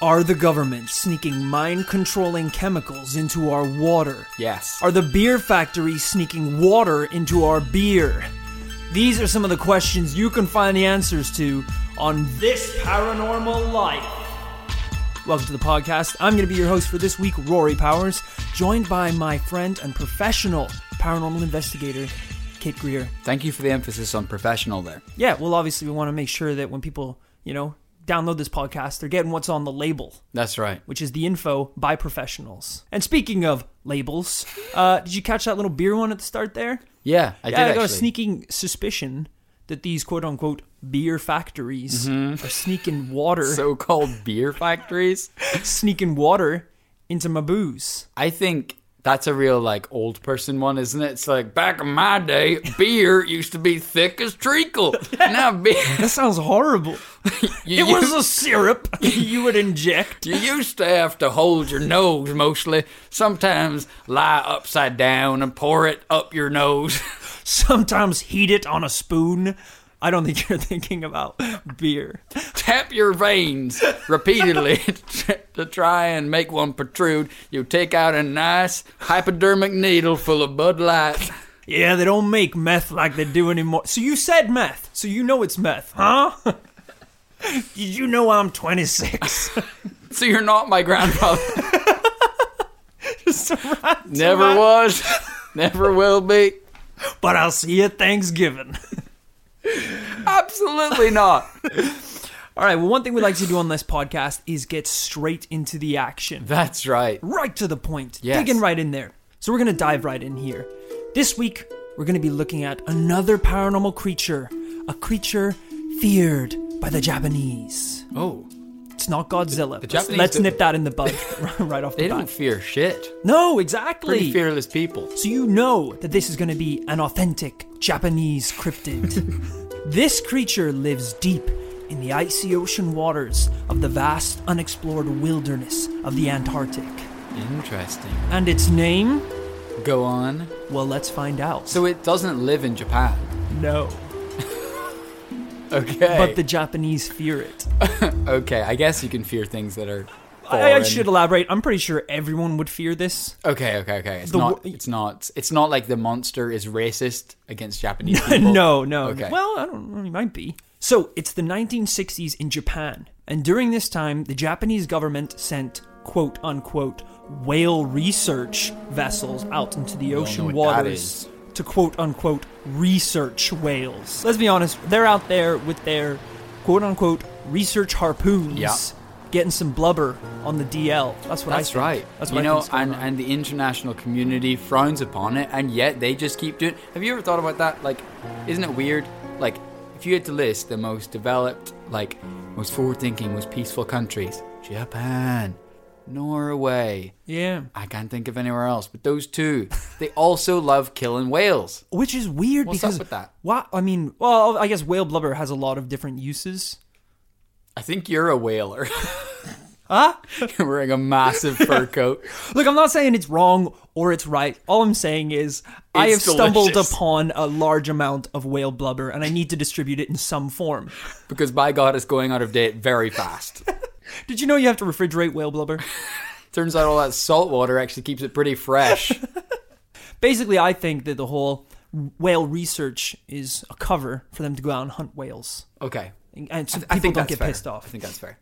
Are the government sneaking mind controlling chemicals into our water? Yes. Are the beer factories sneaking water into our beer? These are some of the questions you can find the answers to on This Paranormal Life. Welcome to the podcast. I'm going to be your host for this week, Rory Powers, joined by my friend and professional paranormal investigator, Kate Greer. Thank you for the emphasis on professional there. Yeah, well, obviously, we want to make sure that when people, you know, download this podcast, they're getting what's on the label, That's right. which is the info by professionals. And speaking of labels, uh, did you catch that little beer one at the start there? Yeah, I Yeah, I did got a actually. sneaking suspicion that these quote unquote beer factories are sneaking water, So-called beer factories. sneaking water into my booze. I think that's a real like old person one, isn't it? It's like back in my day, beer used to be thick as treacle. Now beer, That sounds horrible. you, It was used- a syrup you would inject. you used to have to hold your nose mostly. Sometimes lie upside down and pour it up your nose. Sometimes heat it on a spoon. I don't think you're thinking about beer. tap your veins repeatedly to try and make one protrude. You take out a nice hypodermic needle full of Bud Light. Yeah, they don't make meth like they do anymore. So you said meth, so you know it's meth, huh? Did you know I'm 26? So you're not my grandfather. Surrounded Never by- was. Never will be. But I'll see you at Thanksgiving. Absolutely not. All right, well, one thing we like to do on this podcast is get straight into the action. That's right. Right to the point. Yes. Digging right in there. So we're going to dive right in here. This week, we're going to be looking at another paranormal creature, a creature feared by the Japanese. Oh, It's not Godzilla. Let's- Japanese Let's don't- nip that in the bud right off they the don't bat. fear shit. No, Pretty exactly. fearless people. So you know that this is going to be an authentic Japanese cryptid. this creature lives deep in the icy ocean waters of the vast unexplored wilderness of the Antarctic. Interesting. And its name? Go on. Well, let's find out. So it doesn't live in Japan. no, Okay. but the Japanese fear it. okay, I guess you can fear things that are. I, I foreign. should elaborate. I'm pretty sure everyone would fear this. Okay, okay, okay. It's The not. wo- It's not. It's not like the monster is racist against Japanese people. no, no. Okay. Well, I don't know. He might be. So it's the 1960s in Japan, and during this time, the Japanese government sent quote unquote whale research vessels out into the ocean what that waters is. to quote unquote research whales. Let's be honest, they're out there with their quote unquote research harpoons. Yeah. Getting some blubber on the DL. That's what I that's think. right. That's what you I know, think's going and on. and the international community frowns upon it, and yet they just keep doing. Have you ever thought about that? Like, isn't it weird? Like, if you had to list the most developed, like, most forward-thinking, most peaceful countries, Japan, Norway. yeah. I can't think of anywhere else, but those two. They also love killing whales. Which is weird What's up because with that? Why? I mean, well, I guess whale blubber has a lot of different uses. I think you're a whaler. huh? You're wearing a massive fur coat. Look, I'm not saying it's wrong or it's right. All I'm saying is I have It's stumbled delicious. upon a large amount of whale blubber and I need to distribute it in some form. Because by God, it's going out of date very fast. Did you know you have to refrigerate whale blubber? Turns out all that salt water actually keeps it pretty fresh. Basically, I think that the whole whale research is a cover for them to go out and hunt whales. Okay. And- And so I people think don't that's get fair. pissed off. I think that's fair.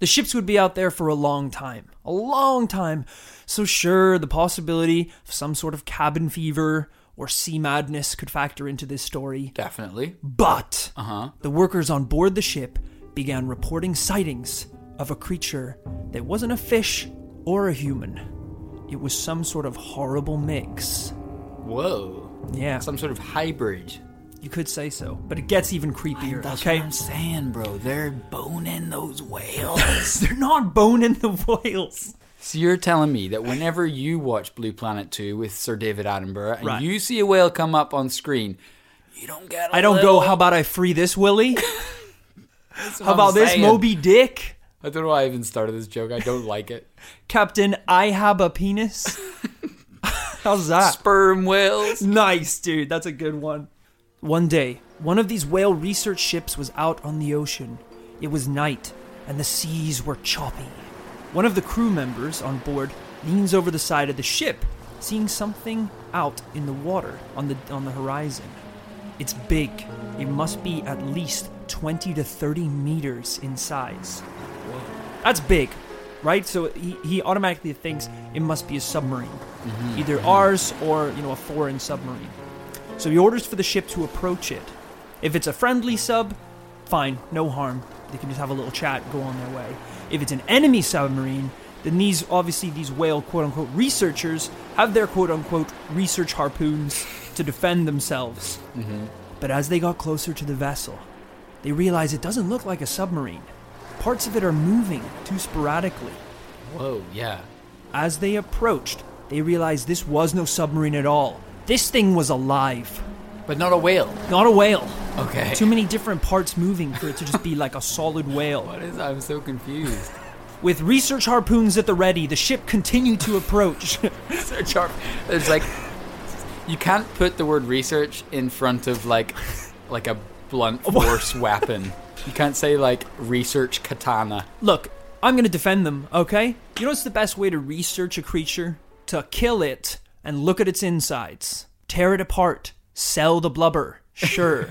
the ships would be out there for a long time. A long time. So, sure, the possibility of some sort of cabin fever or sea madness could factor into this story. Definitely. But the workers on board the ship began reporting sightings of a creature that wasn't a fish or a human. It was some sort of horrible mix. Whoa. Yeah, Some sort of hybrid. you could say so. But it gets even creepier, That's okay? what I'm saying, bro. They're boning those whales. They're not boning the whales. so you're telling me that whenever you watch Blue Planet 2 with Sir David Attenborough and Right. you see a whale come up on screen, you don't get I I don't go, how about I free this Willie? How about this Moby Dick? I don't know why I even started this joke. I don't like it. Captain, I have a penis. How's Ah. that? Sperm whales. Nice, dude. That's a good one. One day, one of these whale research ships was out on the ocean. It was night, and the seas were choppy. One of the crew members on board leans over the side of the ship, seeing something out in the water on the, on the horizon. It's big. It must be at least 20 to 30 meters in size. That's big, right? So he, he automatically thinks it must be a submarine, Mm-hmm. either ours or, you know, a foreign submarine. So he orders for the ship to approach it. If it's a friendly sub, fine, no harm. They can just have a little chat, go on their way. If it's an enemy submarine, then these obviously these whale quote unquote researchers have their quote unquote research harpoons to defend themselves. But as they got closer to the vessel, they realize it doesn't look like a submarine. Parts of it are moving too sporadically. Whoa, yeah. As they approached, they realized this was no submarine at all. This thing was alive, But not a whale. not a whale. Okay. Too many different parts moving for it to just be like a solid whale. What is that? I'm so confused. With research harpoons at the ready, the ship continued to approach. research harp. It's like you can't put the word research in front of like like a blunt force weapon. You can't say like research katana. Look, I'm gonna defend them, okay? You know what's the best way to research a creature? To kill it and look at its insides. Tear it apart. Sell the blubber. Sure.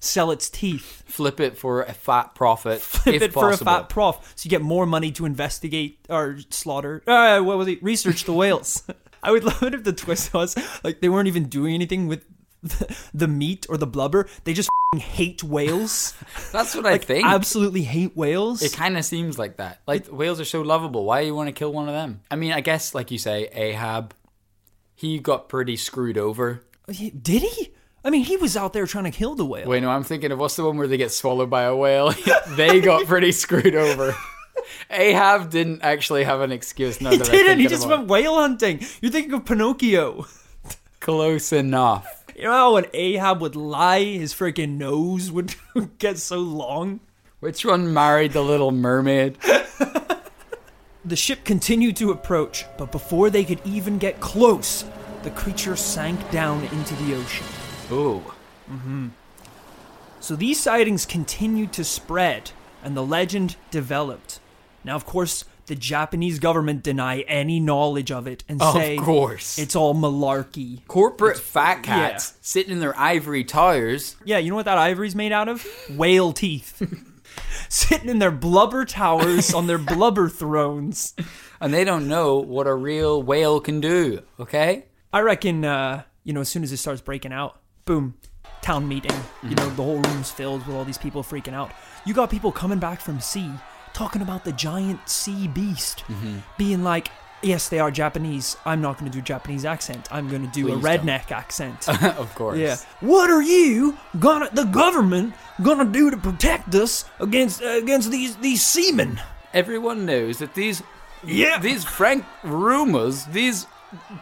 Sell its teeth. Flip it for a fat profit, Flip if it for a possible. fat prof so you get more money to investigate or slaughter. Uh, what was it? Research the whales. I would love it if the twist was like they weren't even doing anything with the, the meat or the blubber. They just fing hate whales. That's what I Like, think. absolutely hate whales. it kind of seems like that. Like whales are so lovable. Why you want to kill one of them? I mean, I guess like you say, Ahab, he got pretty screwed over. He- Did he? I mean, he was out there trying to kill the whale. Wait, no, I'm thinking of what's the one where they get swallowed by a whale? they got pretty screwed over. Ahab didn't actually have an excuse. Now he that I didn't. think He of just it. went whale hunting. You're thinking of Pinocchio. close enough. You know how when Ahab would lie, his freaking nose would get so long? Which one married the Little Mermaid? The ship continued to approach, but before they could even get close, the creature sank down into the ocean. Ooh, So these sightings continued to spread, and the legend developed. Now, of course, the Japanese government deny any knowledge of it and Of say course. it's all malarkey. corporate fat cats sitting in their ivory towers. Yeah, you know what that ivory's made out of? Whale teeth. Sitting in their blubber towers on their blubber thrones. and they don't know what a real whale can do. Okay, I reckon, uh, you know, as soon as it starts breaking out, boom, town meeting. You Mm-hmm. know, the whole room's filled with all these people freaking out. You got people coming back from sea talking about the giant sea beast, Mm-hmm. being like, yes, they are Japanese. I'm not going to do Japanese accent. I'm going to do a Please don't. redneck accent. of course. Yeah. What are you gonna the government gonna do to protect us against against these these seamen? Everyone knows that these Yeah. these frank rumors, these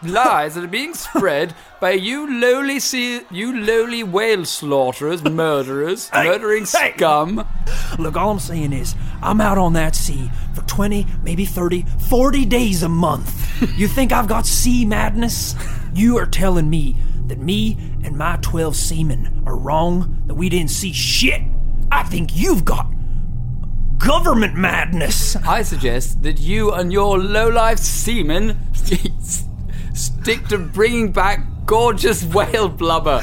lies that are being spread by you lowly sea, you lowly whale slaughterers, murderers, murdering hey. scum. Look, all I'm saying is I'm out on that sea for 20, maybe 30, 40 days a month. you think I've got sea madness? You are telling me that me and my 12 seamen are wrong, that we didn't see shit. I think you've got government madness. I suggest that you and your low-life seamen s- stick to bringing back gorgeous whale blubber.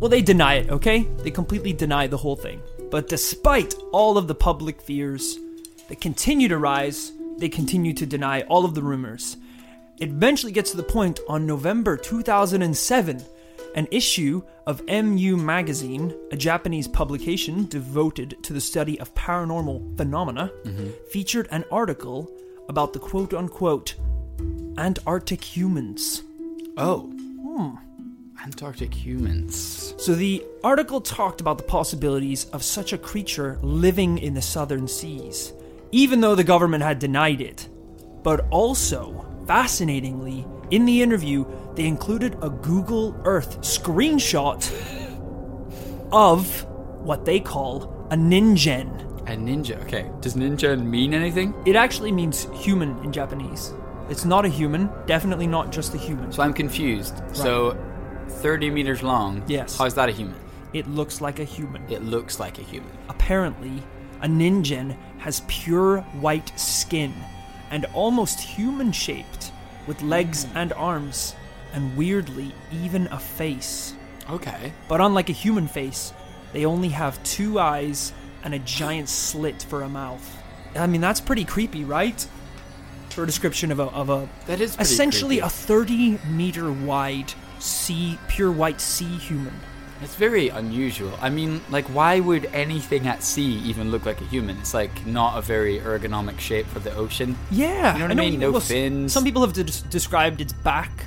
Well, they deny it, okay? They completely deny the whole thing. But despite all of the public fears that continue to rise, they continue to deny all of the rumors. It eventually gets to the point on November 2007, an issue of MU Magazine, a Japanese publication devoted to the study of paranormal phenomena, featured an article about the quote unquote Antarctic humans. Oh. Antarctic humans. So the article talked about the possibilities of such a creature living in the southern seas, even though the government had denied it. But also, fascinatingly, in the interview, they included a Google Earth screenshot of what they call a ningen. A ninja. Okay. Does ninja mean anything? It actually means human in Japanese. It's not a human, definitely not just a human. So I'm confused. So 30 meters long. Yes. How's that a human? It looks like a human. It looks like a human. Apparently, a ninjan has pure white skin and almost human shaped, with legs Hmm. and arms, and weirdly, even a face. Okay. But unlike a human face, they only have two eyes and a giant slit for a mouth. I mean, that's pretty creepy, right? For a description of a, of a That is pretty essentially creepy. a 30 meter wide sea, pure white sea human. It's very unusual. I mean, like, why would anything at sea even look like a human? It's like not a very ergonomic shape for the ocean. Yeah, You know what I mean? No s- fins. Some people have de- described its back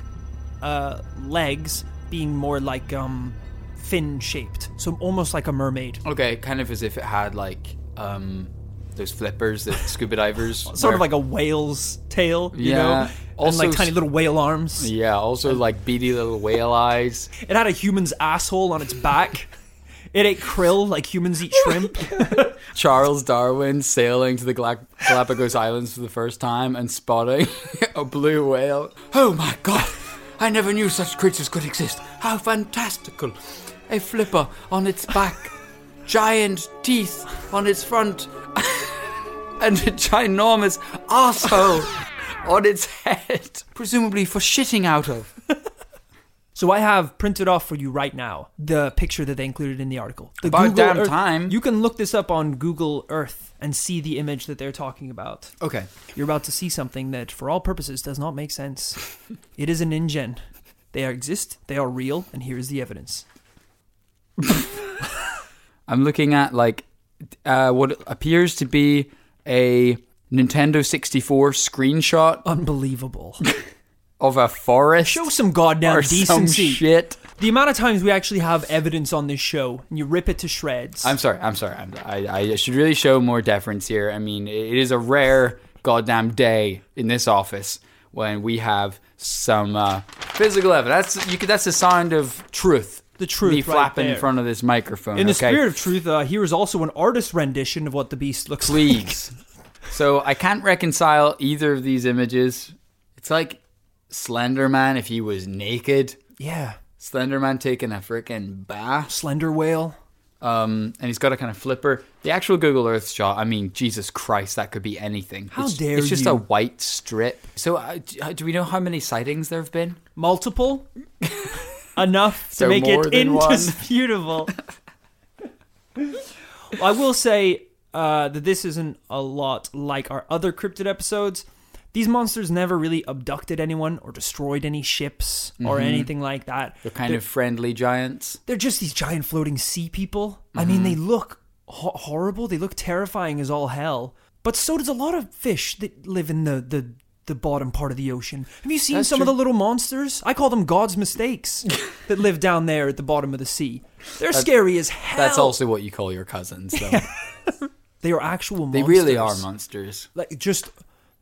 uh, legs being more like um, fin shaped, so almost like a mermaid. Okay, kind of as if it had like um those flippers that scuba divers. Sort wear. of like a whale's tail, you Yeah. know, Also and like s- tiny little whale arms. yeah, also like beady little whale eyes. It had a human's asshole on its back. it ate krill like humans eat shrimp. Charles Darwin sailing to the Gla- Galapagos Islands for the first time and spotting a blue whale. Oh my god! I never knew such creatures could exist. How fantastical! A flipper on its back, giant teeth on its front, and a ginormous asshole on its head, presumably for shitting out of. So I have printed off for you right now the picture that they included in the article. The About damn Earth- time. You can look this up on Google Earth and see the image that they're talking about. Okay. You're about to see something that, for all purposes, does not make sense. It is an InGen. They are, exist, they are real, and here is the evidence. I'm looking at like uh, what appears to be a Nintendo 64 screenshot Unbelievable. of a forest Show some goddamn or some decency. shit. The amount of times we actually have evidence on this show, and you rip it to shreds. I'm sorry. I'm sorry. I'm, I, I should really show more deference here. I mean, it is a rare goddamn day in this office when we have some uh, physical evidence. That's you. Could, that's a sign of truth. The truth Me right flapping there. in front of this microphone. in the okay? spirit of truth, uh, here is also an artist rendition of what the beast looks like. Please. so I can't reconcile either of these images. It's like Slender Man if he was naked. Yeah. Slender Man taking a freaking bath. Slender whale. Um, and he's got a kind of flipper. The actual Google Earth shot, I mean, Jesus Christ, that could be anything. How it's, dare It's just you. a white strip. So uh, d- uh, do we know how many sightings there have been? Multiple? Enough to So make more it than one. indisputable. well, I will say uh, that this isn't a lot like our other cryptid episodes. These monsters never really abducted anyone or destroyed any ships or Mm-hmm. anything like that. They're kind of friendly giants. they're just these giant floating sea people. I mean, Mm-hmm. they look ho- horrible. They look terrifying as all hell. But so does a lot of fish that live in the the, the bottom part of the ocean. Have you seen That's some of true. the little monsters? I call them God's mistakes that live down there at the bottom of the sea. They're scary as hell. That's also what you call your cousins, though. They are actual they monsters. really are monsters. Like just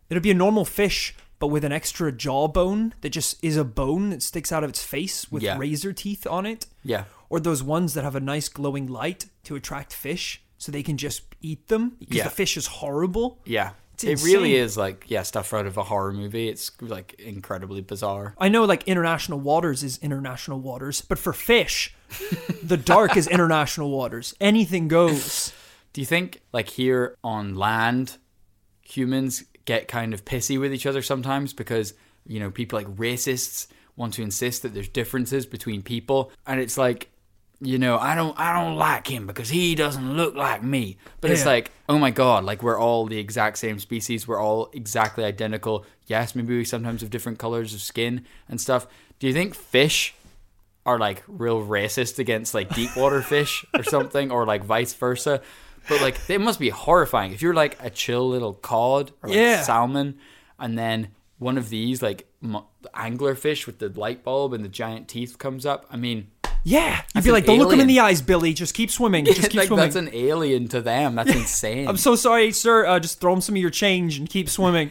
it'd be a normal fish, but with an extra jawbone that just is a bone that sticks out of its face with Yeah. razor teeth on it. Yeah. or those ones that have a nice glowing light to attract fish so they can just eat them because Yeah. the fish is horrible. Yeah. It's It really insane. is like, yeah, stuff out of a horror movie. It's like incredibly bizarre. I know like international waters is international waters, but for fish, the dark is international waters. Anything goes. Do you think, like here on land, humans get kind of pissy with each other sometimes because, you know, people like racists want to insist that there's differences between people? And it's like, you know, I don't I don't like him because he doesn't look like me. But it's Yeah. like, oh my god, like we're all the exact same species, we're all exactly identical. Yes, maybe we sometimes have different colors of skin and stuff. Do you think fish are like real racist against like deep water fish or something, or like vice versa. But like it must be horrifying if you're like a chill little cod or like Yeah. salmon, and then one of these like m- angler fish with the light bulb and the giant teeth comes up. I mean, Yeah. You'd That's be an like, don't look him in alien. the eyes, Billy. Just keep swimming. Just keep like swimming. that's an alien to them. That's insane. I'm so sorry, sir. Uh, just throw him some of your change and keep swimming.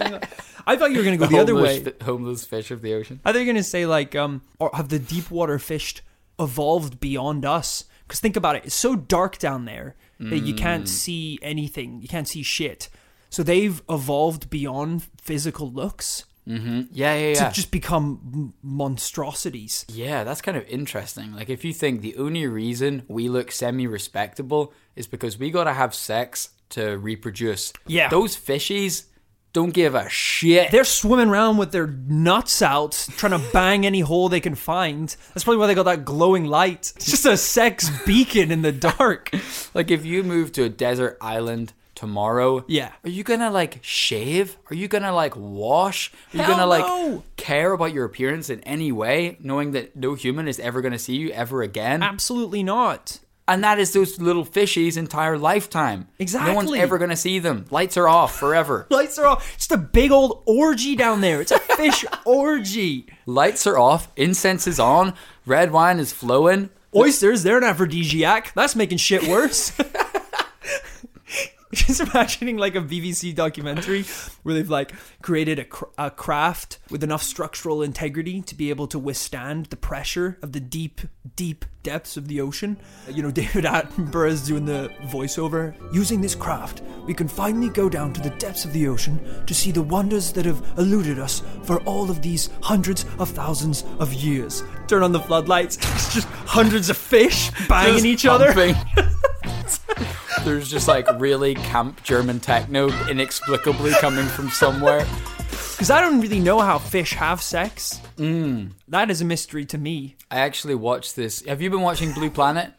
I thought you were going to go the, other way. Homeless fi- homeless fish of the ocean. Are they going to say like, um, or have the deep water fish evolved beyond us? Because think about it, it's so dark down there that you can't see anything, you can't see shit. So they've evolved beyond physical looks Yeah, yeah, yeah. to just become m- monstrosities. Yeah, that's kind of interesting. Like, if you think the only reason we look semi respectable is because we gotta have sex to reproduce. Yeah. Those fishies don't give a shit. They're swimming around with their nuts out, trying to bang any hole they can find. That's probably why they got that glowing light. It's just a sex beacon in the dark. like, if you move to a desert island tomorrow, Yeah. Are you gonna like shave? Are you gonna like wash? Are you Hell gonna like no. care about your appearance in any way, knowing that no human is ever gonna see you ever again? Absolutely not. And that is those little fishies' entire lifetime. No one's Exactly. ever gonna see them. Lights are off forever. Lights are off. Just a big old orgy down there. It's a fish orgy. Lights are off, incense is on, red wine is flowing. Oysters, they're an aphrodisiac. That's making shit worse. Just imagining like a BBC documentary where they've like created a, cr- a craft with enough structural integrity to be able to withstand the pressure of the deep, deep depths of the ocean. You know, David Attenborough's doing the voiceover. Using this craft, we can finally go down to the depths of the ocean to see the wonders that have eluded us for all of these hundreds of thousands of years. Turn on the floodlights. It's just hundreds of fish banging Just each other. pumping. There's just like really camp German techno inexplicably coming from somewhere. Because I don't really know how fish have sex. Mm. That is a mystery to me. I actually watched this. Have you been watching Blue Planet?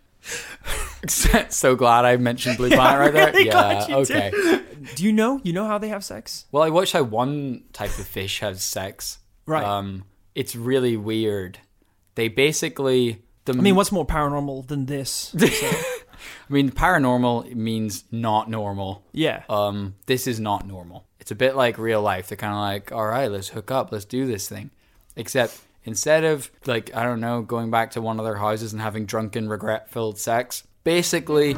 so glad I mentioned Blue Planet right there. really yeah, glad you okay. did. Do you know? You know how they have sex? Well, I watched how one type of fish has sex. Right. Um, it's really weird. They basically the I mean, what's more paranormal than this? I mean, paranormal means not normal. Yeah. Um, this is not normal. It's a bit like real life. They're kind of like, all right, let's hook up, let's do this thing. Except instead of like, I don't know, going back to one of their houses and having drunken, regret-filled sex, basically,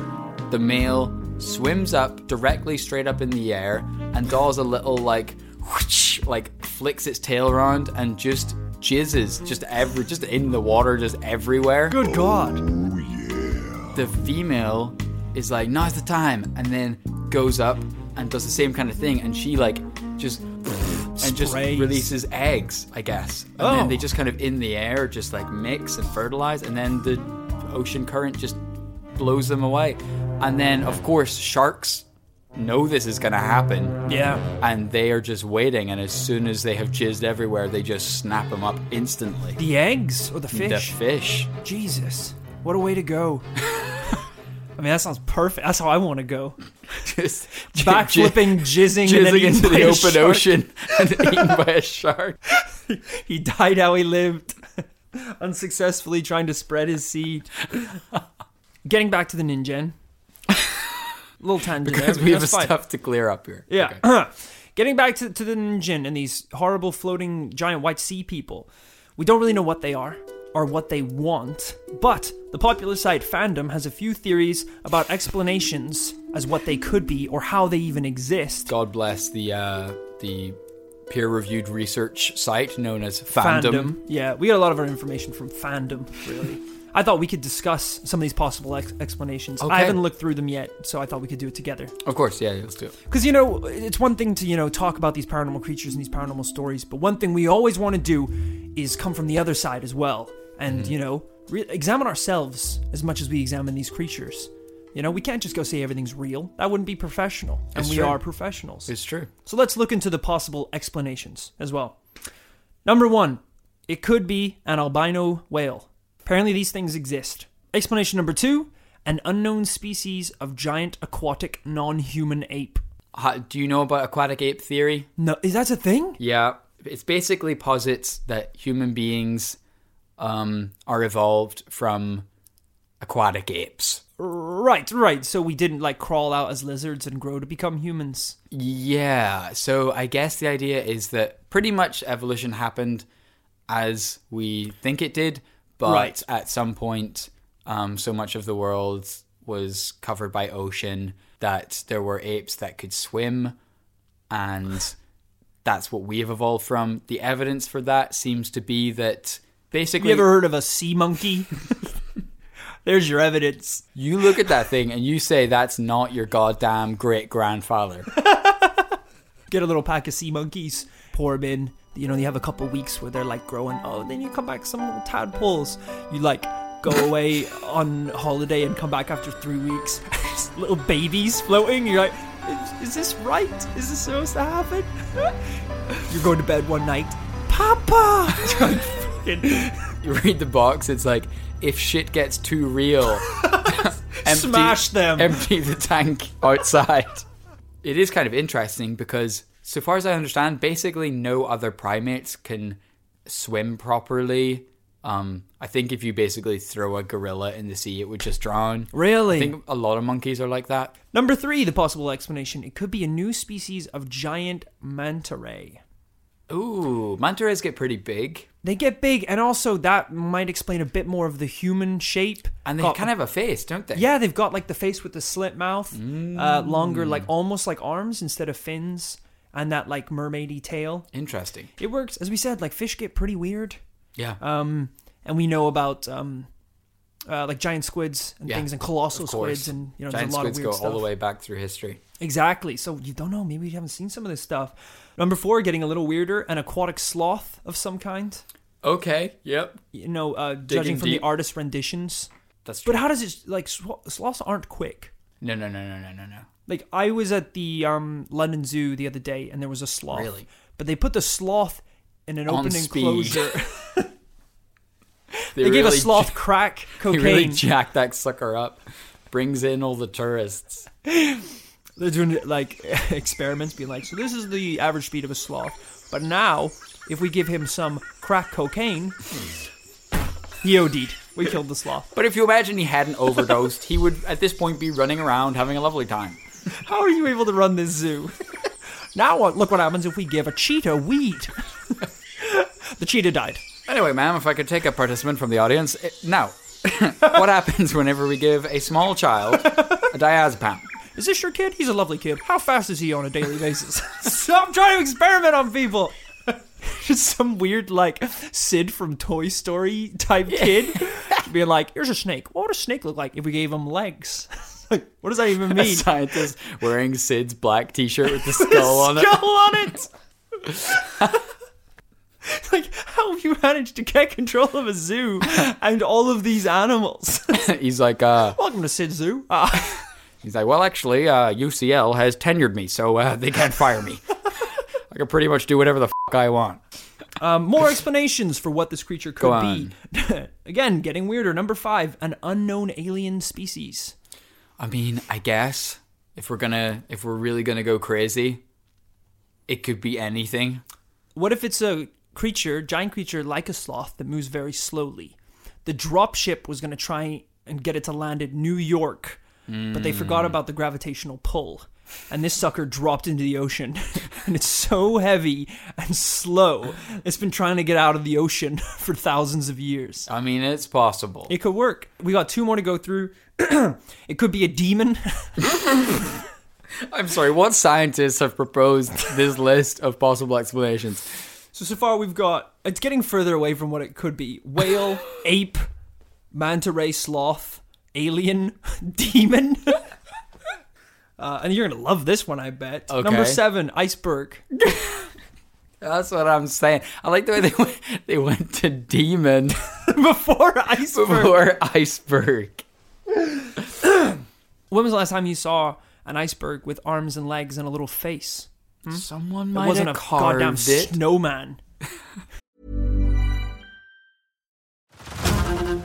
the male swims up directly straight up in the air and does a little like, whoosh, like flicks its tail around and just jizzes just every just in the water just everywhere Good God. the female is like, now's the time, and then goes up and does the same kind of thing, and she like just and just Sprays. releases eggs, I guess. And Oh. then they just kind of in the air just like mix and fertilize, and then the ocean current just blows them away. And then of course sharks know this is gonna happen. Yeah. And they are just waiting, and as soon as they have jizzed everywhere, they just snap them up instantly. The eggs or the fish? The fish. Jesus. What a way to go. I mean, that sounds perfect. That's how I want to go. Just Backflipping, jizzing, and then jizzing eaten into by the a open shark. ocean and eaten by a shark. He died how he lived, unsuccessfully trying to spread his seed. Getting back to the ninjen. Little tangent. Because there, we but have that's fine. stuff to clear up here. Yeah. Okay. Getting back to, to the ninjin and these horrible floating giant white sea people, we don't really know what they are or what they want, but the popular site Fandom has a few theories about explanations as what they could be or how they even exist. God bless the uh, the peer-reviewed research site known as Fandom. Yeah, we got a lot of our information from Fandom, really. I thought we could discuss some of these possible ex- explanations. Okay. I haven't looked through them yet, so I thought we could do it together. Of course, yeah, let's do it. Because, you know, it's one thing to, you know, talk about these paranormal creatures and these paranormal stories, but one thing we always want to do is come from the other side as well and, Mm-hmm. you know, re- examine ourselves as much as we examine these creatures. You know, we can't just go say everything's real. That wouldn't be professional. And It's we true. are professionals. It's true. so let's look into the possible explanations as well. Number one, it could be an albino whale. Apparently, these things exist. Explanation number two, an unknown species of giant aquatic non human ape. Ha- do you know about aquatic ape theory? No, is that a thing? Yeah, it's basically posits that human beings um, are evolved from aquatic apes. Right, right. So we didn't like crawl out as lizards and grow to become humans. Yeah. So I guess the idea is that pretty much evolution happened as we think it did, but Right. at some point, um, so much of the world was covered by ocean that there were apes that could swim, and that's what we have evolved from. The evidence for that seems to be that basically You ever heard of a sea monkey? There's your evidence. you look at that thing and you say that's not your goddamn great grandfather. Get a little pack of sea monkeys, pour 'em in. you know, you have a couple weeks where they're like growing. Oh, then you come back some little tadpoles. You like go away on holiday and come back after three weeks. It's little babies floating. You're like, is, is this right? Is this supposed to happen? You're going to bed one night, Papa. You're like, fucking You read the box, it's like, if shit gets too real, empty- smash them. empty the tank outside. it is kind of interesting because, so far as I understand, basically no other primates can swim properly. Um, I think if you basically throw a gorilla in the sea, it would just drown. Really? I think a lot of monkeys are like that. Number three, the possible explanation: it could be a new species of giant manta ray. Ooh, manta rays get pretty big, They get big, and also that might explain a bit more of the human shape. and they Got- kind of have a face, don't they? yeah, they've got like the face with the slit mouth, Mm. uh, longer, like almost like arms instead of fins, and that like mermaidy tail. Interesting. It works, as we said. Like fish get pretty weird, Yeah. um, and we know about um, uh, like giant squids and Yeah, things, and colossal of course. squids, and you know, giant there's a lot squids of weird go stuff. all the way back through history. Exactly. So you don't know. Maybe you haven't seen some of this stuff. Number four, getting a little weirder, an aquatic sloth of some kind. Okay. Yep. You know, uh, judging from deep. the artist renditions. That's true. But how does it like sw- sloths aren't quick? no, no, no, no, no, no, no. Like I was at the um, London Zoo the other day, and there was a sloth. Really? But they put the sloth in an On open speed. enclosure. They gave a sloth crack They cocaine. really jacked that sucker up. Brings in all the tourists. They're doing like experiments, being like, so this is the average speed of a sloth, but now if we give him some crack cocaine, he OD'd. We killed the sloth. But if you imagine he hadn't overdosed, he would at this point be running around having a lovely time. How are you able to run this zoo? now what? Look what happens if we give a cheetah weed. the cheetah died. Anyway, ma'am, if I could take a participant from the audience eh, now. what happens whenever we give a small child a diazepam? Is this your kid? He's a lovely kid. How fast is he on a daily basis? Stop trying to experiment on people. Just some weird like Sid from Toy Story type kid being like, "Here's a snake. What would a snake look like if we gave him legs? like, what does that even A mean?" scientist wearing Sid's black T-shirt with the skull on it. Skull on it. like, how have you managed to get control of a zoo and all of these animals? he's like, uh, Welcome to Sid Zoo. Uh, he's like, well, actually, uh, UCL has tenured me, so uh, they can't fire me. I can pretty much do whatever the fuck I want. Um, more explanations for what this creature could Go be. Again, getting weirder. Number five, an unknown alien species. I mean, I guess if we're gonna, if we're really gonna go crazy, it could be anything. What if it's a creature, giant creature like a sloth that moves very slowly? The dropship was going to try and get it to land at New York, but they forgot about the gravitational pull. And this sucker dropped into the ocean. and it's so heavy and slow. It's been trying to get out of the ocean for thousands of years. I mean, it's possible. It could work. We got two more to go through. it could be a demon. I'm sorry, what scientists have proposed this list of possible explanations? So so far we've got it's getting further away from what it could be. Whale, ape, manta ray, sloth, alien, demon. Uh, and you're gonna love this one, I bet. Number Okay. seven, iceberg. That's what I'm saying. I like the way they went, they went to demon Before iceberg. before iceberg. When was the last time you saw an iceberg with arms and legs and a little face? Someone Hmm? It might wasn't a have carved goddamn it. snowman.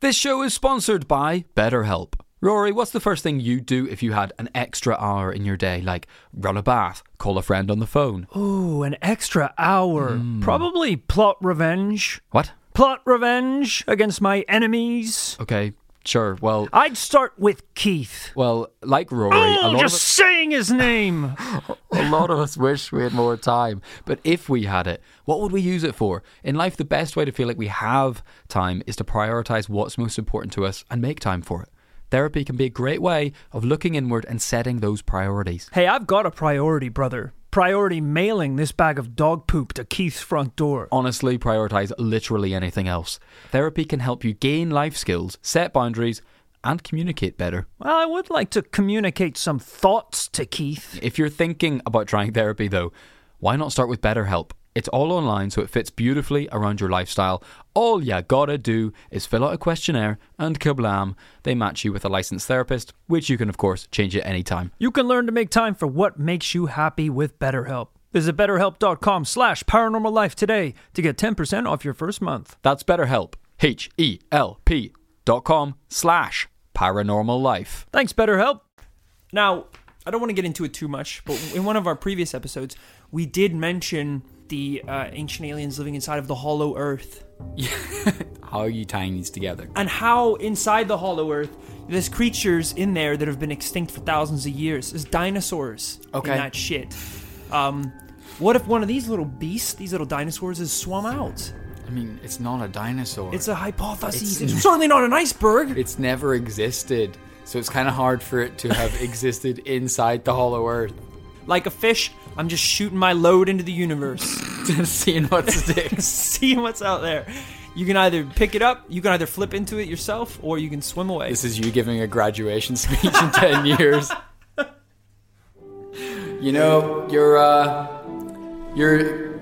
This show is sponsored by BetterHelp. Rory, what's the first thing you'd do if you had an extra hour in your day? Like run a bath, call a friend on the phone. Ooh, an extra hour. Probably plot revenge. What? Plot revenge against my enemies. Okay, sure. Well, I'd start with Keith. well, like Rory, a Oh, lot just of us- saying his name. A lot of us wish we had more time. But if we had it, what would we use it for? In life, the best way to feel like we have time is to prioritize what's most important to us and make time for it. Therapy can be a great way of looking inward and setting those priorities. hey, I've got a priority, brother. Priority mailing this bag of dog poop to Keith's front door. Honestly, prioritize literally anything else. Therapy can help you gain life skills, set boundaries, and communicate better. Well, I would like to communicate some thoughts to Keith. If you're thinking about trying therapy, though, why not start with BetterHelp? It's all online, so it fits beautifully around your lifestyle. All ya gotta do is fill out a questionnaire, and kablam, they match you with a licensed therapist, which you can, of course, change at any time. You can learn to make time for what makes you happy with BetterHelp. Visit betterhelp.com slash paranormal life today to get 10% off your first month. That's BetterHelp, H E L P dot com slash paranormal life. Thanks, BetterHelp. Now, I don't want to get into it too much, but in one of our previous episodes, we did mention the uh, ancient aliens living inside of the hollow earth How are you tying these together? and how inside the hollow earth there's creatures in there that have been extinct for thousands of years. There's dinosaurs Okay. in that shit. Um, what if one of these little beasts, these little dinosaurs, is swum out? I mean, it's not a dinosaur. It's a hypothesis. It's- It's, certainly not an iceberg. it's never existed, so it's kind of hard for it to have existed inside the Hollow Earth. Like a fish, I'm just shooting my load into the universe, Seeing what sticks. seeing what's out there. You can either pick it up, you can either flip into it yourself, or you can swim away. This is you giving a graduation speech in 10 years. You know, your uh, your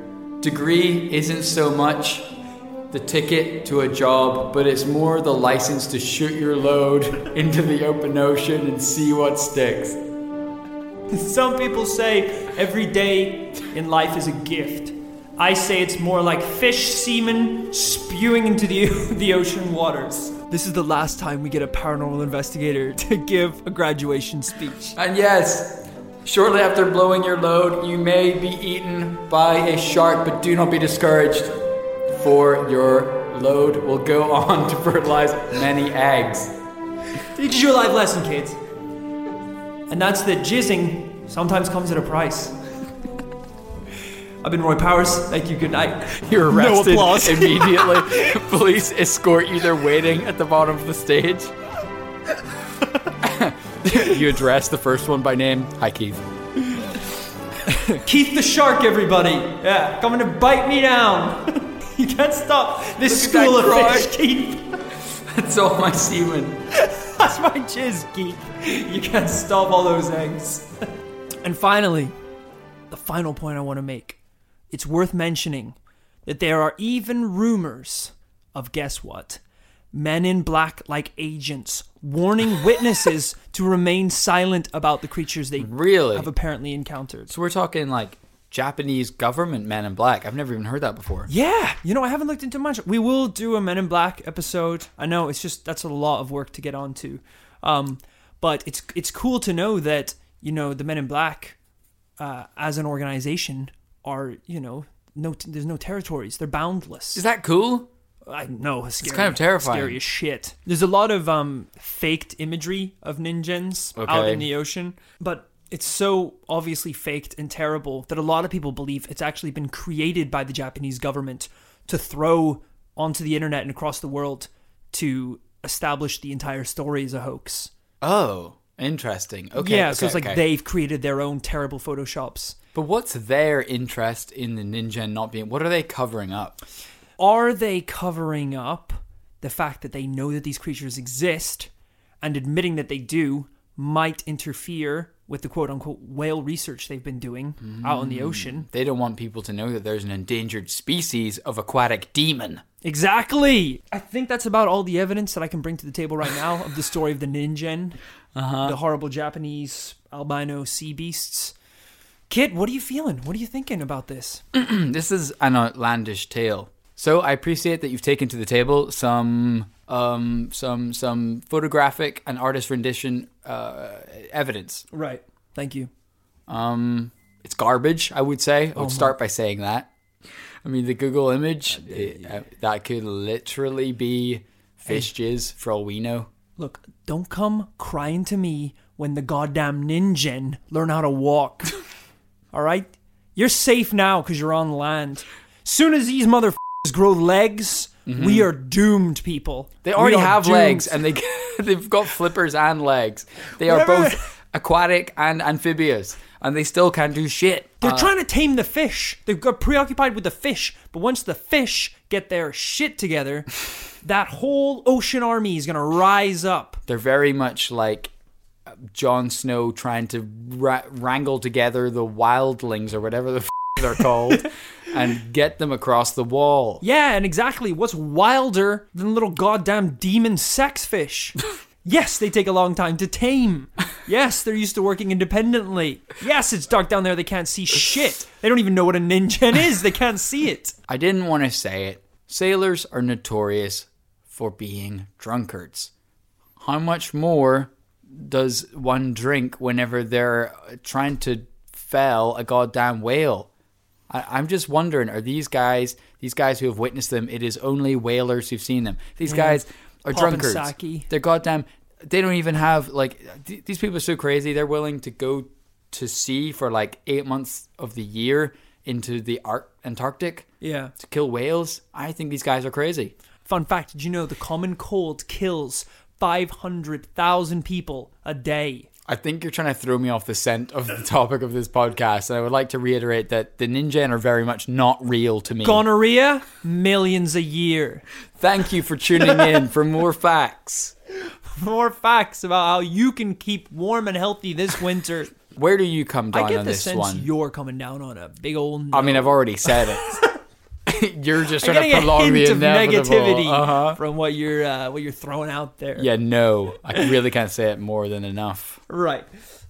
degree isn't so much the ticket to a job, but it's more the license to shoot your load into the open ocean and see what sticks. Some people say every day in life is a gift. I say it's more like fish semen spewing into the, the ocean waters. This is the last time we get a paranormal investigator to give a graduation speech. And yes, shortly after blowing your load, you may be eaten by a shark, but do not be discouraged, for your load will go on to fertilize many eggs. Teaches you a life lesson, kids. And that's that jizzing sometimes comes at a price. I've been Roy Powers. Thank you. Good night. You're arrested No applause. immediately. Police escort you. They're waiting at the bottom of the stage. you address the first one by name. Hi, Keith. Keith the Shark, everybody. Yeah, coming to bite me down. you can't stop this Look at school that of cry. fish, Keith. That's all my semen. That's my jizz, Keith. You can't stop all those eggs. and finally, the final point I want to make. It's worth mentioning that there are even rumors of guess what? Men in black like agents warning witnesses to remain silent about the creatures they Really? have apparently encountered. So we're talking like Japanese government men in black. I've never even heard that before. Yeah, you know, I haven't looked into much. We will do a Men in Black episode. I know it's just that's a lot of work to get onto, um, but it's it's cool to know that you know the Men in Black, uh, as an organization, are you know no there's no territories. They're boundless. Is that cool? I know it's, scary, kind of terrifying. Scary as shit. There's a lot of um, faked imagery of ninjins out Okay. in the ocean, but it's so obviously faked and terrible that a lot of people believe it's actually been created by the Japanese government to throw onto the internet and across the world to establish the entire story as a hoax. Oh, interesting. Okay. yeah, okay, so it's like okay. they've created their own terrible photoshops. But what's their interest in the ninja not being? What are they covering up? are they covering up the fact that they know that these creatures exist and admitting that they do might interfere with the quote unquote whale research they've been doing out on the ocean. They don't want people to know that there's an endangered species of aquatic demon. Exactly. I think that's about all the evidence that I can bring to the table right now of the story of the ninjen, the horrible Japanese albino sea beasts. Kid, what are you feeling? What are you thinking about this? This is an outlandish tale. So I appreciate that you've taken to the table some um some some photographic and artist rendition uh evidence. Right. Thank you. Um it's garbage, I would say. I Oh would start by saying that. I mean, the Google image it- uh, that could literally be fish jizz for all we know. Look, don't come crying to me when the goddamn ninjen learn how to walk. All right? You're safe now because you're on land. Soon as these motherfuckers grow legs, we are doomed, people. Mm-hmm. They We already are have doomed. legs, and they they've got flippers and legs. They are Whatever. both aquatic and amphibious, and they still can't do shit. Uh, They're trying to tame the fish. They've got preoccupied with the fish, but once the fish get their shit together, that whole ocean army is gonna rise up. They're very much like uh, Jon Snow trying to ra- wrangle together the wildlings or whatever the f- they're called, and get them across the wall. Yeah, and exactly. What's wilder than little goddamn demon sex fish? yes, they take a long time to tame. Yes, they're used to working independently. Yes, it's dark down there. They can't see shit. They don't even know what a ninja is. They can't see it. I didn't want to say it. Sailors are notorious for being drunkards. How much more does one drink whenever they're uh, trying to fell a goddamn whale? I, I'm just wondering, are these guys, these guys who have witnessed them, it is only whalers who've seen them. These guys are Popping drunkards. sake. They're goddamn, they don't even have, like, th- these people are so crazy, they're willing to go to sea for like eight months of the year into the Ar- Antarctic Yeah. to kill whales. I think these guys are crazy. Fun fact did you know the common cold kills 500,000 people a day? I think you're trying to throw me off the scent of the topic of this podcast, and I would like to reiterate that the ninja are very much not real to me. Gonorrhea, millions a year. Thank you for tuning in for more facts. More facts about how you can keep warm and healthy this winter. Where do you come down I get on the this sense one? you're coming down on a big old. I mean, I've already said it. you're just I'm getting trying to a prolong hint the of inevitable. negativity Uh-huh. from what you're uh, what you're throwing out there. Yeah, no, I really can't say it more than enough. right.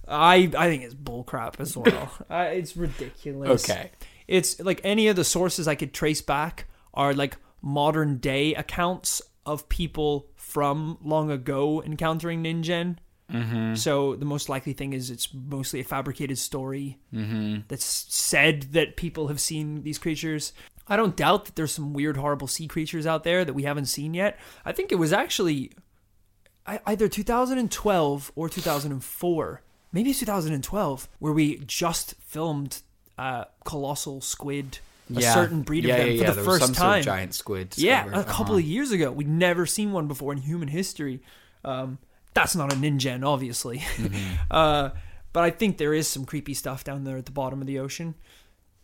I I think it's bullcrap as well. I, it's ridiculous. Okay. It's like any of the sources I could trace back are like modern day accounts of people from long ago encountering ninjen. Mm-hmm. So the most likely thing is it's mostly a fabricated story that's said that people have seen these creatures. I don't doubt that there's some weird, horrible sea creatures out there that we haven't seen yet. I think it was actually I- either 2012 or 2004, maybe it's 2012, where we just filmed uh, colossal squid, a yeah. certain breed yeah, of them, yeah, for yeah. the there was first some Sort time. of giant squid. yeah, discovered. Uh-huh. a couple of years ago, we'd never seen one before in human history. Um, that's not a ninja, obviously, Mm-hmm. uh, but I think there is some creepy stuff down there at the bottom of the ocean.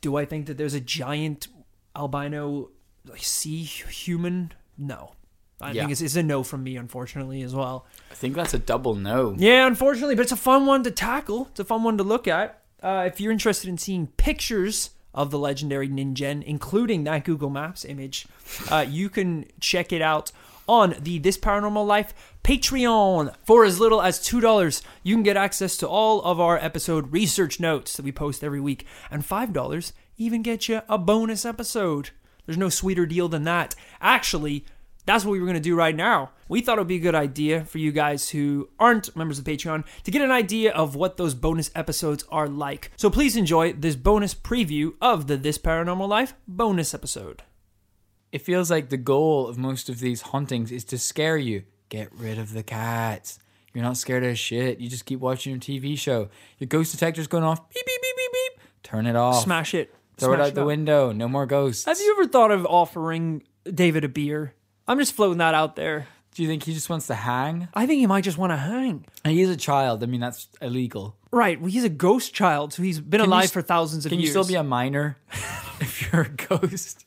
Do I think that there's a giant albino like, sea human? No. I Yeah. think it's, it's a no from me, unfortunately, as well. I think that's a double no. Yeah, unfortunately, but it's a fun one to tackle. It's a fun one to look at. Uh, if you're interested in seeing pictures of the legendary Ninjen, including that Google Maps image, uh, you can check it out on the This Paranormal Life Patreon. For as little as $2, you can get access to all of our episode research notes that we post every week, and $5 even get you a bonus episode. There's no sweeter deal than that. Actually, that's what we were going to do right now. We thought it would be a good idea for you guys who aren't members of Patreon to get an idea of what those bonus episodes are like. So please enjoy this bonus preview of the This Paranormal Life bonus episode. It feels like the goal of most of these hauntings is to scare you. Get rid of the cats. You're not scared of shit. You just keep watching your TV show. Your ghost detector's going off. Beep, beep, beep, beep, beep. Turn it off. Smash it. Throw it Smash out the up. window. No more ghosts. Have you ever thought of offering David a beer? I'm just floating that out there. Do you think he just wants to hang? I think he might just want to hang. He's a child. I mean, that's illegal. Right, well, he's a ghost child, so he's been Can you alive s- for thousands of Can years. you still be a minor if you're a ghost?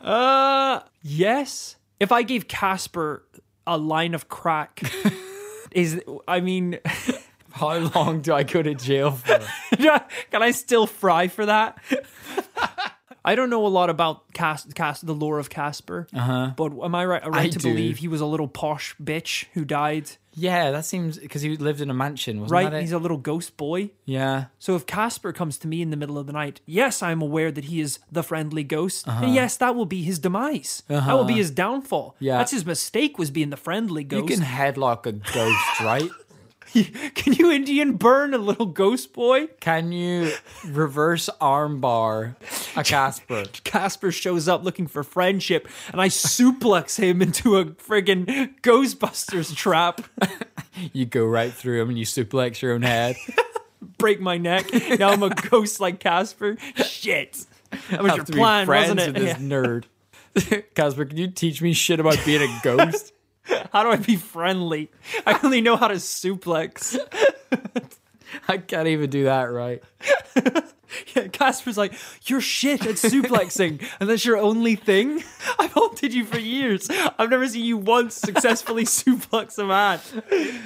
Uh, yes. If I gave Casper a line of crack, is I mean, How long do I go to jail for? Can I still fry for that? I don't know a lot about Cas- Cas- the lore of Casper, uh-huh. but am I right, right I to do. believe he was a little posh bitch who died? Yeah, that seems because he lived in a mansion, wasn't Right? that it? He's a little ghost boy. yeah, So if Casper comes to me in the middle of the night, yes, I'm aware that he is the friendly ghost. Uh-huh. And yes, that will be his demise. That will be his downfall. Yeah. That's his mistake was being the friendly you ghost. can headlock a ghost, right? Can you Indian burn a little ghost boy? Can you reverse armbar a Casper? Casper shows up looking for friendship, and I suplex him into a friggin' Ghostbusters trap, You go right through him and you suplex your own head. break my neck. Now I'm a ghost like Casper. Shit. That was your Have to be plan, wasn't friends it? with this Yeah. nerd. Casper, can you teach me shit about being a ghost? How do I be friendly? I only know how to suplex. I can't even do that right. Yeah, Casper's like, you're shit at suplexing, and that's your only thing? I've haunted you for years. I've never seen you once successfully suplex a man.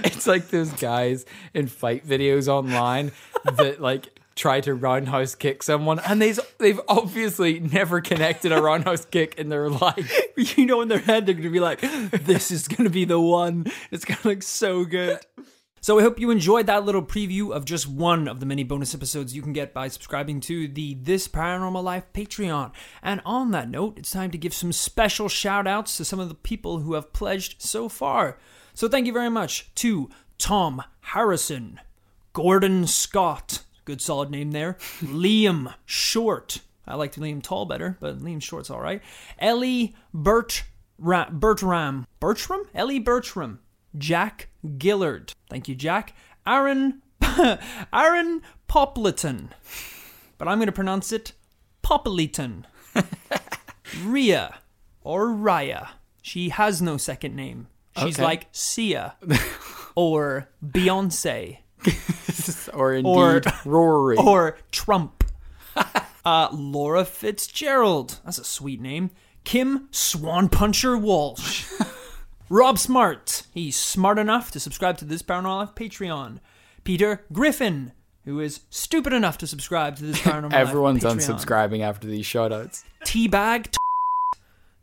It's like those guys in fight videos online that like try to roundhouse kick someone and they've they've obviously never connected a roundhouse kick in their life. you know, in their head, they're going to be like, this is going to be the one. It's going to look so good. So I hope you enjoyed that little preview of just one of the many bonus episodes you can get by subscribing to the This Paranormal Life Patreon. And on that note, it's time to give some special shout outs to some of the people who have pledged so far. So thank you very much to Tom Harrison, Gordon Scott, good solid name there. Liam Short. I liked Liam Tall better, but Liam Short's all right. Ellie Bert Ra- Bertram. Bertram? Ellie Bertram. Jack Gillard. Thank you, Jack. Aaron Aaron Popliton. But I'm going to pronounce it Popliton. Ria or Raya. She has no second name. She's Okay. like Sia or Beyonce Or indeed Rory. or Trump. uh, Laura Fitzgerald. That's a sweet name. Kim Swan Puncher Walsh. Rob Smart. He's smart enough to subscribe to this Paranormal Life Patreon. Peter Griffin, who is stupid enough to subscribe to this Paranormal Life Everyone's Patreon. unsubscribing after these shoutouts. Teabag, T-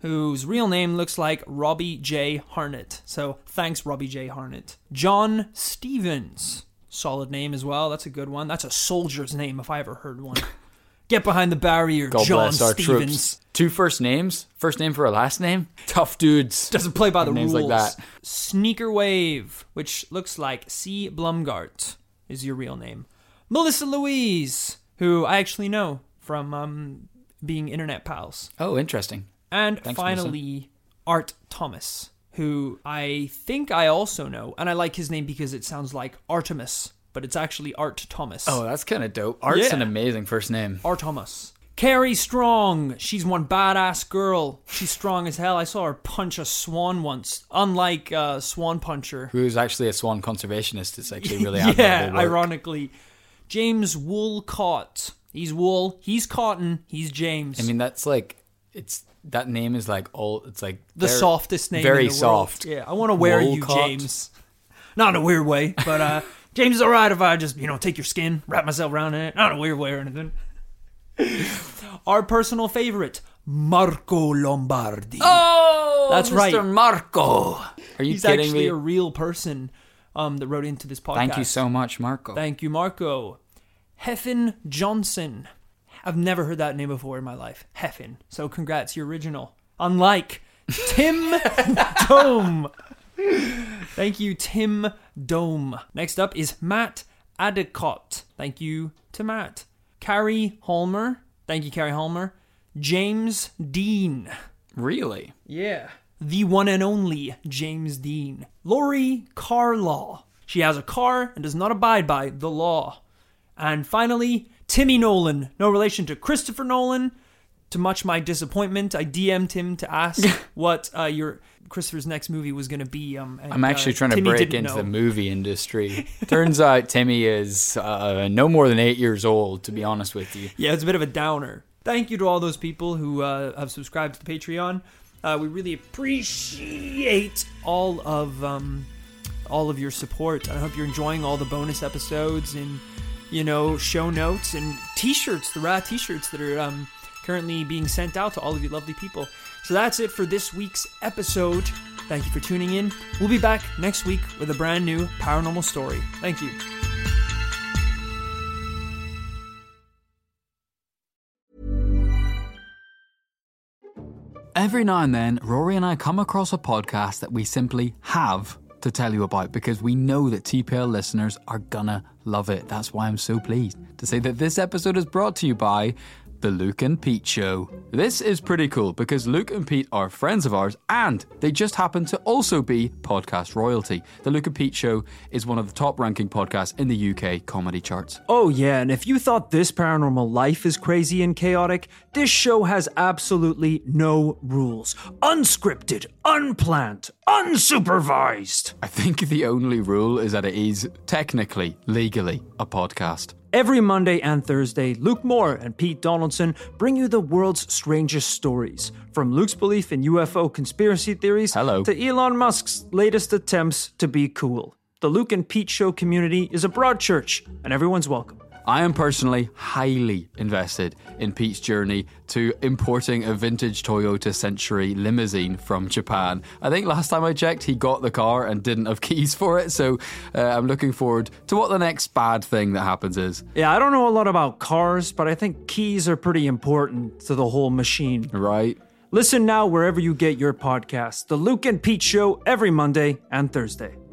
whose real name looks like Robbie J. Harnett. So thanks, Robbie J. Harnett. John Stevens, solid name as well. That's a good one. That's a soldier's name if I ever heard one. Get behind the barrier, God John bless our Stevens. troops. Two first names, first name for a last name. Tough dudes. Doesn't play by the Names like rules. that. Sneaker Wave, which looks like C. Blumgart, is your real name. Melissa Louise, who I actually know from um, being internet pals. Oh, interesting. And Thanks, finally, Art Thomas, who I think I also know, and I like his name because it sounds like Artemis, but it's actually Art Thomas. Oh, that's kind of dope. Art's Yeah. an amazing first name. Art Thomas. Carrie Strong, she's one badass girl. She's strong as hell. I saw her punch a swan once, unlike uh, Swan Puncher. Who's actually a swan conservationist? It's actually really yeah, admirable work. ironically. James Woolcott. He's wool, he's cotton, he's James. I mean, that's like it's that name is like all it's like the very- softest name. very in the world. soft. Yeah, I want to wear Wolcott. you, James. Not in a weird way, but uh, James is all right if I just you know take your skin, wrap myself around in it. Not in a weird way or anything. Our personal favorite, Marco Lombardi. Oh, That's right. Mr. Marco. Are you He's kidding actually me? a real person um, that wrote into this podcast. Thank you so much, Marco. Thank you, Marco. Heffin Johnson. I've never heard that name before in my life. Heffin. So congrats, you're original. Unlike Tim Dome. Thank you, Tim Dome. Next up is Matt Adicott. Thank you to Matt. Carrie Holmer. Thank you, Carrie Holmer. James Dean. really? Yeah. The one and only James Dean. Lori Carlaw. She has a car and does not abide by the law. And finally, Timmy Nolan. No relation to Christopher Nolan. To much my disappointment, I DM'd him to ask what uh, your Christopher's next movie was going to be. Um, and, I'm actually uh, trying to Timmy break didn't into the know. movie industry. Turns out Timmy is uh, no more than eight years old, to be honest with you. Yeah, it's a bit of a downer. Thank you to all those people who uh, have subscribed to the Patreon. Uh, we really appreciate all of um, all of your support. I hope you're enjoying all the bonus episodes and you know show notes and t-shirts, the raw t-shirts that are um, currently being sent out to all of you lovely people. So that's it for this week's episode. Thank you for tuning in. We'll be back next week with a brand new paranormal story. Thank you. Every now and then, Rory and I come across a podcast that we simply have to tell you about because we know that TPL listeners are gonna love it. That's why I'm so pleased to say that this episode is brought to you by The Luke and Pete Show. This is pretty cool because Luke and Pete are friends of ours and they just happen to also be podcast royalty. The Luke and Pete Show is one of the top ranking podcasts in the UK comedy charts. Oh, yeah, and if you thought this paranormal life is crazy and chaotic, this show has absolutely no rules. Unscripted, unplanned, unsupervised. I think the only rule is that it is technically, legally, a podcast. Every Monday and Thursday, Luke Moore and Pete Donaldson bring you the world's strangest stories. From Luke's belief in UFO conspiracy theories Hello. to Elon Musk's latest attempts to be cool. The Luke and Pete Show community is a broad church, and everyone's welcome. I am personally highly invested in Pete's journey to importing a vintage Toyota Century limousine from Japan. I think last time I checked, he got the car and didn't have keys for it, so uh, I'm looking forward to what the next bad thing that happens is. Yeah, I don't know a lot about cars, but I think keys are pretty important to the whole machine. Right? Listen now wherever you get your podcast. The Luke and Pete Show every Monday and Thursday.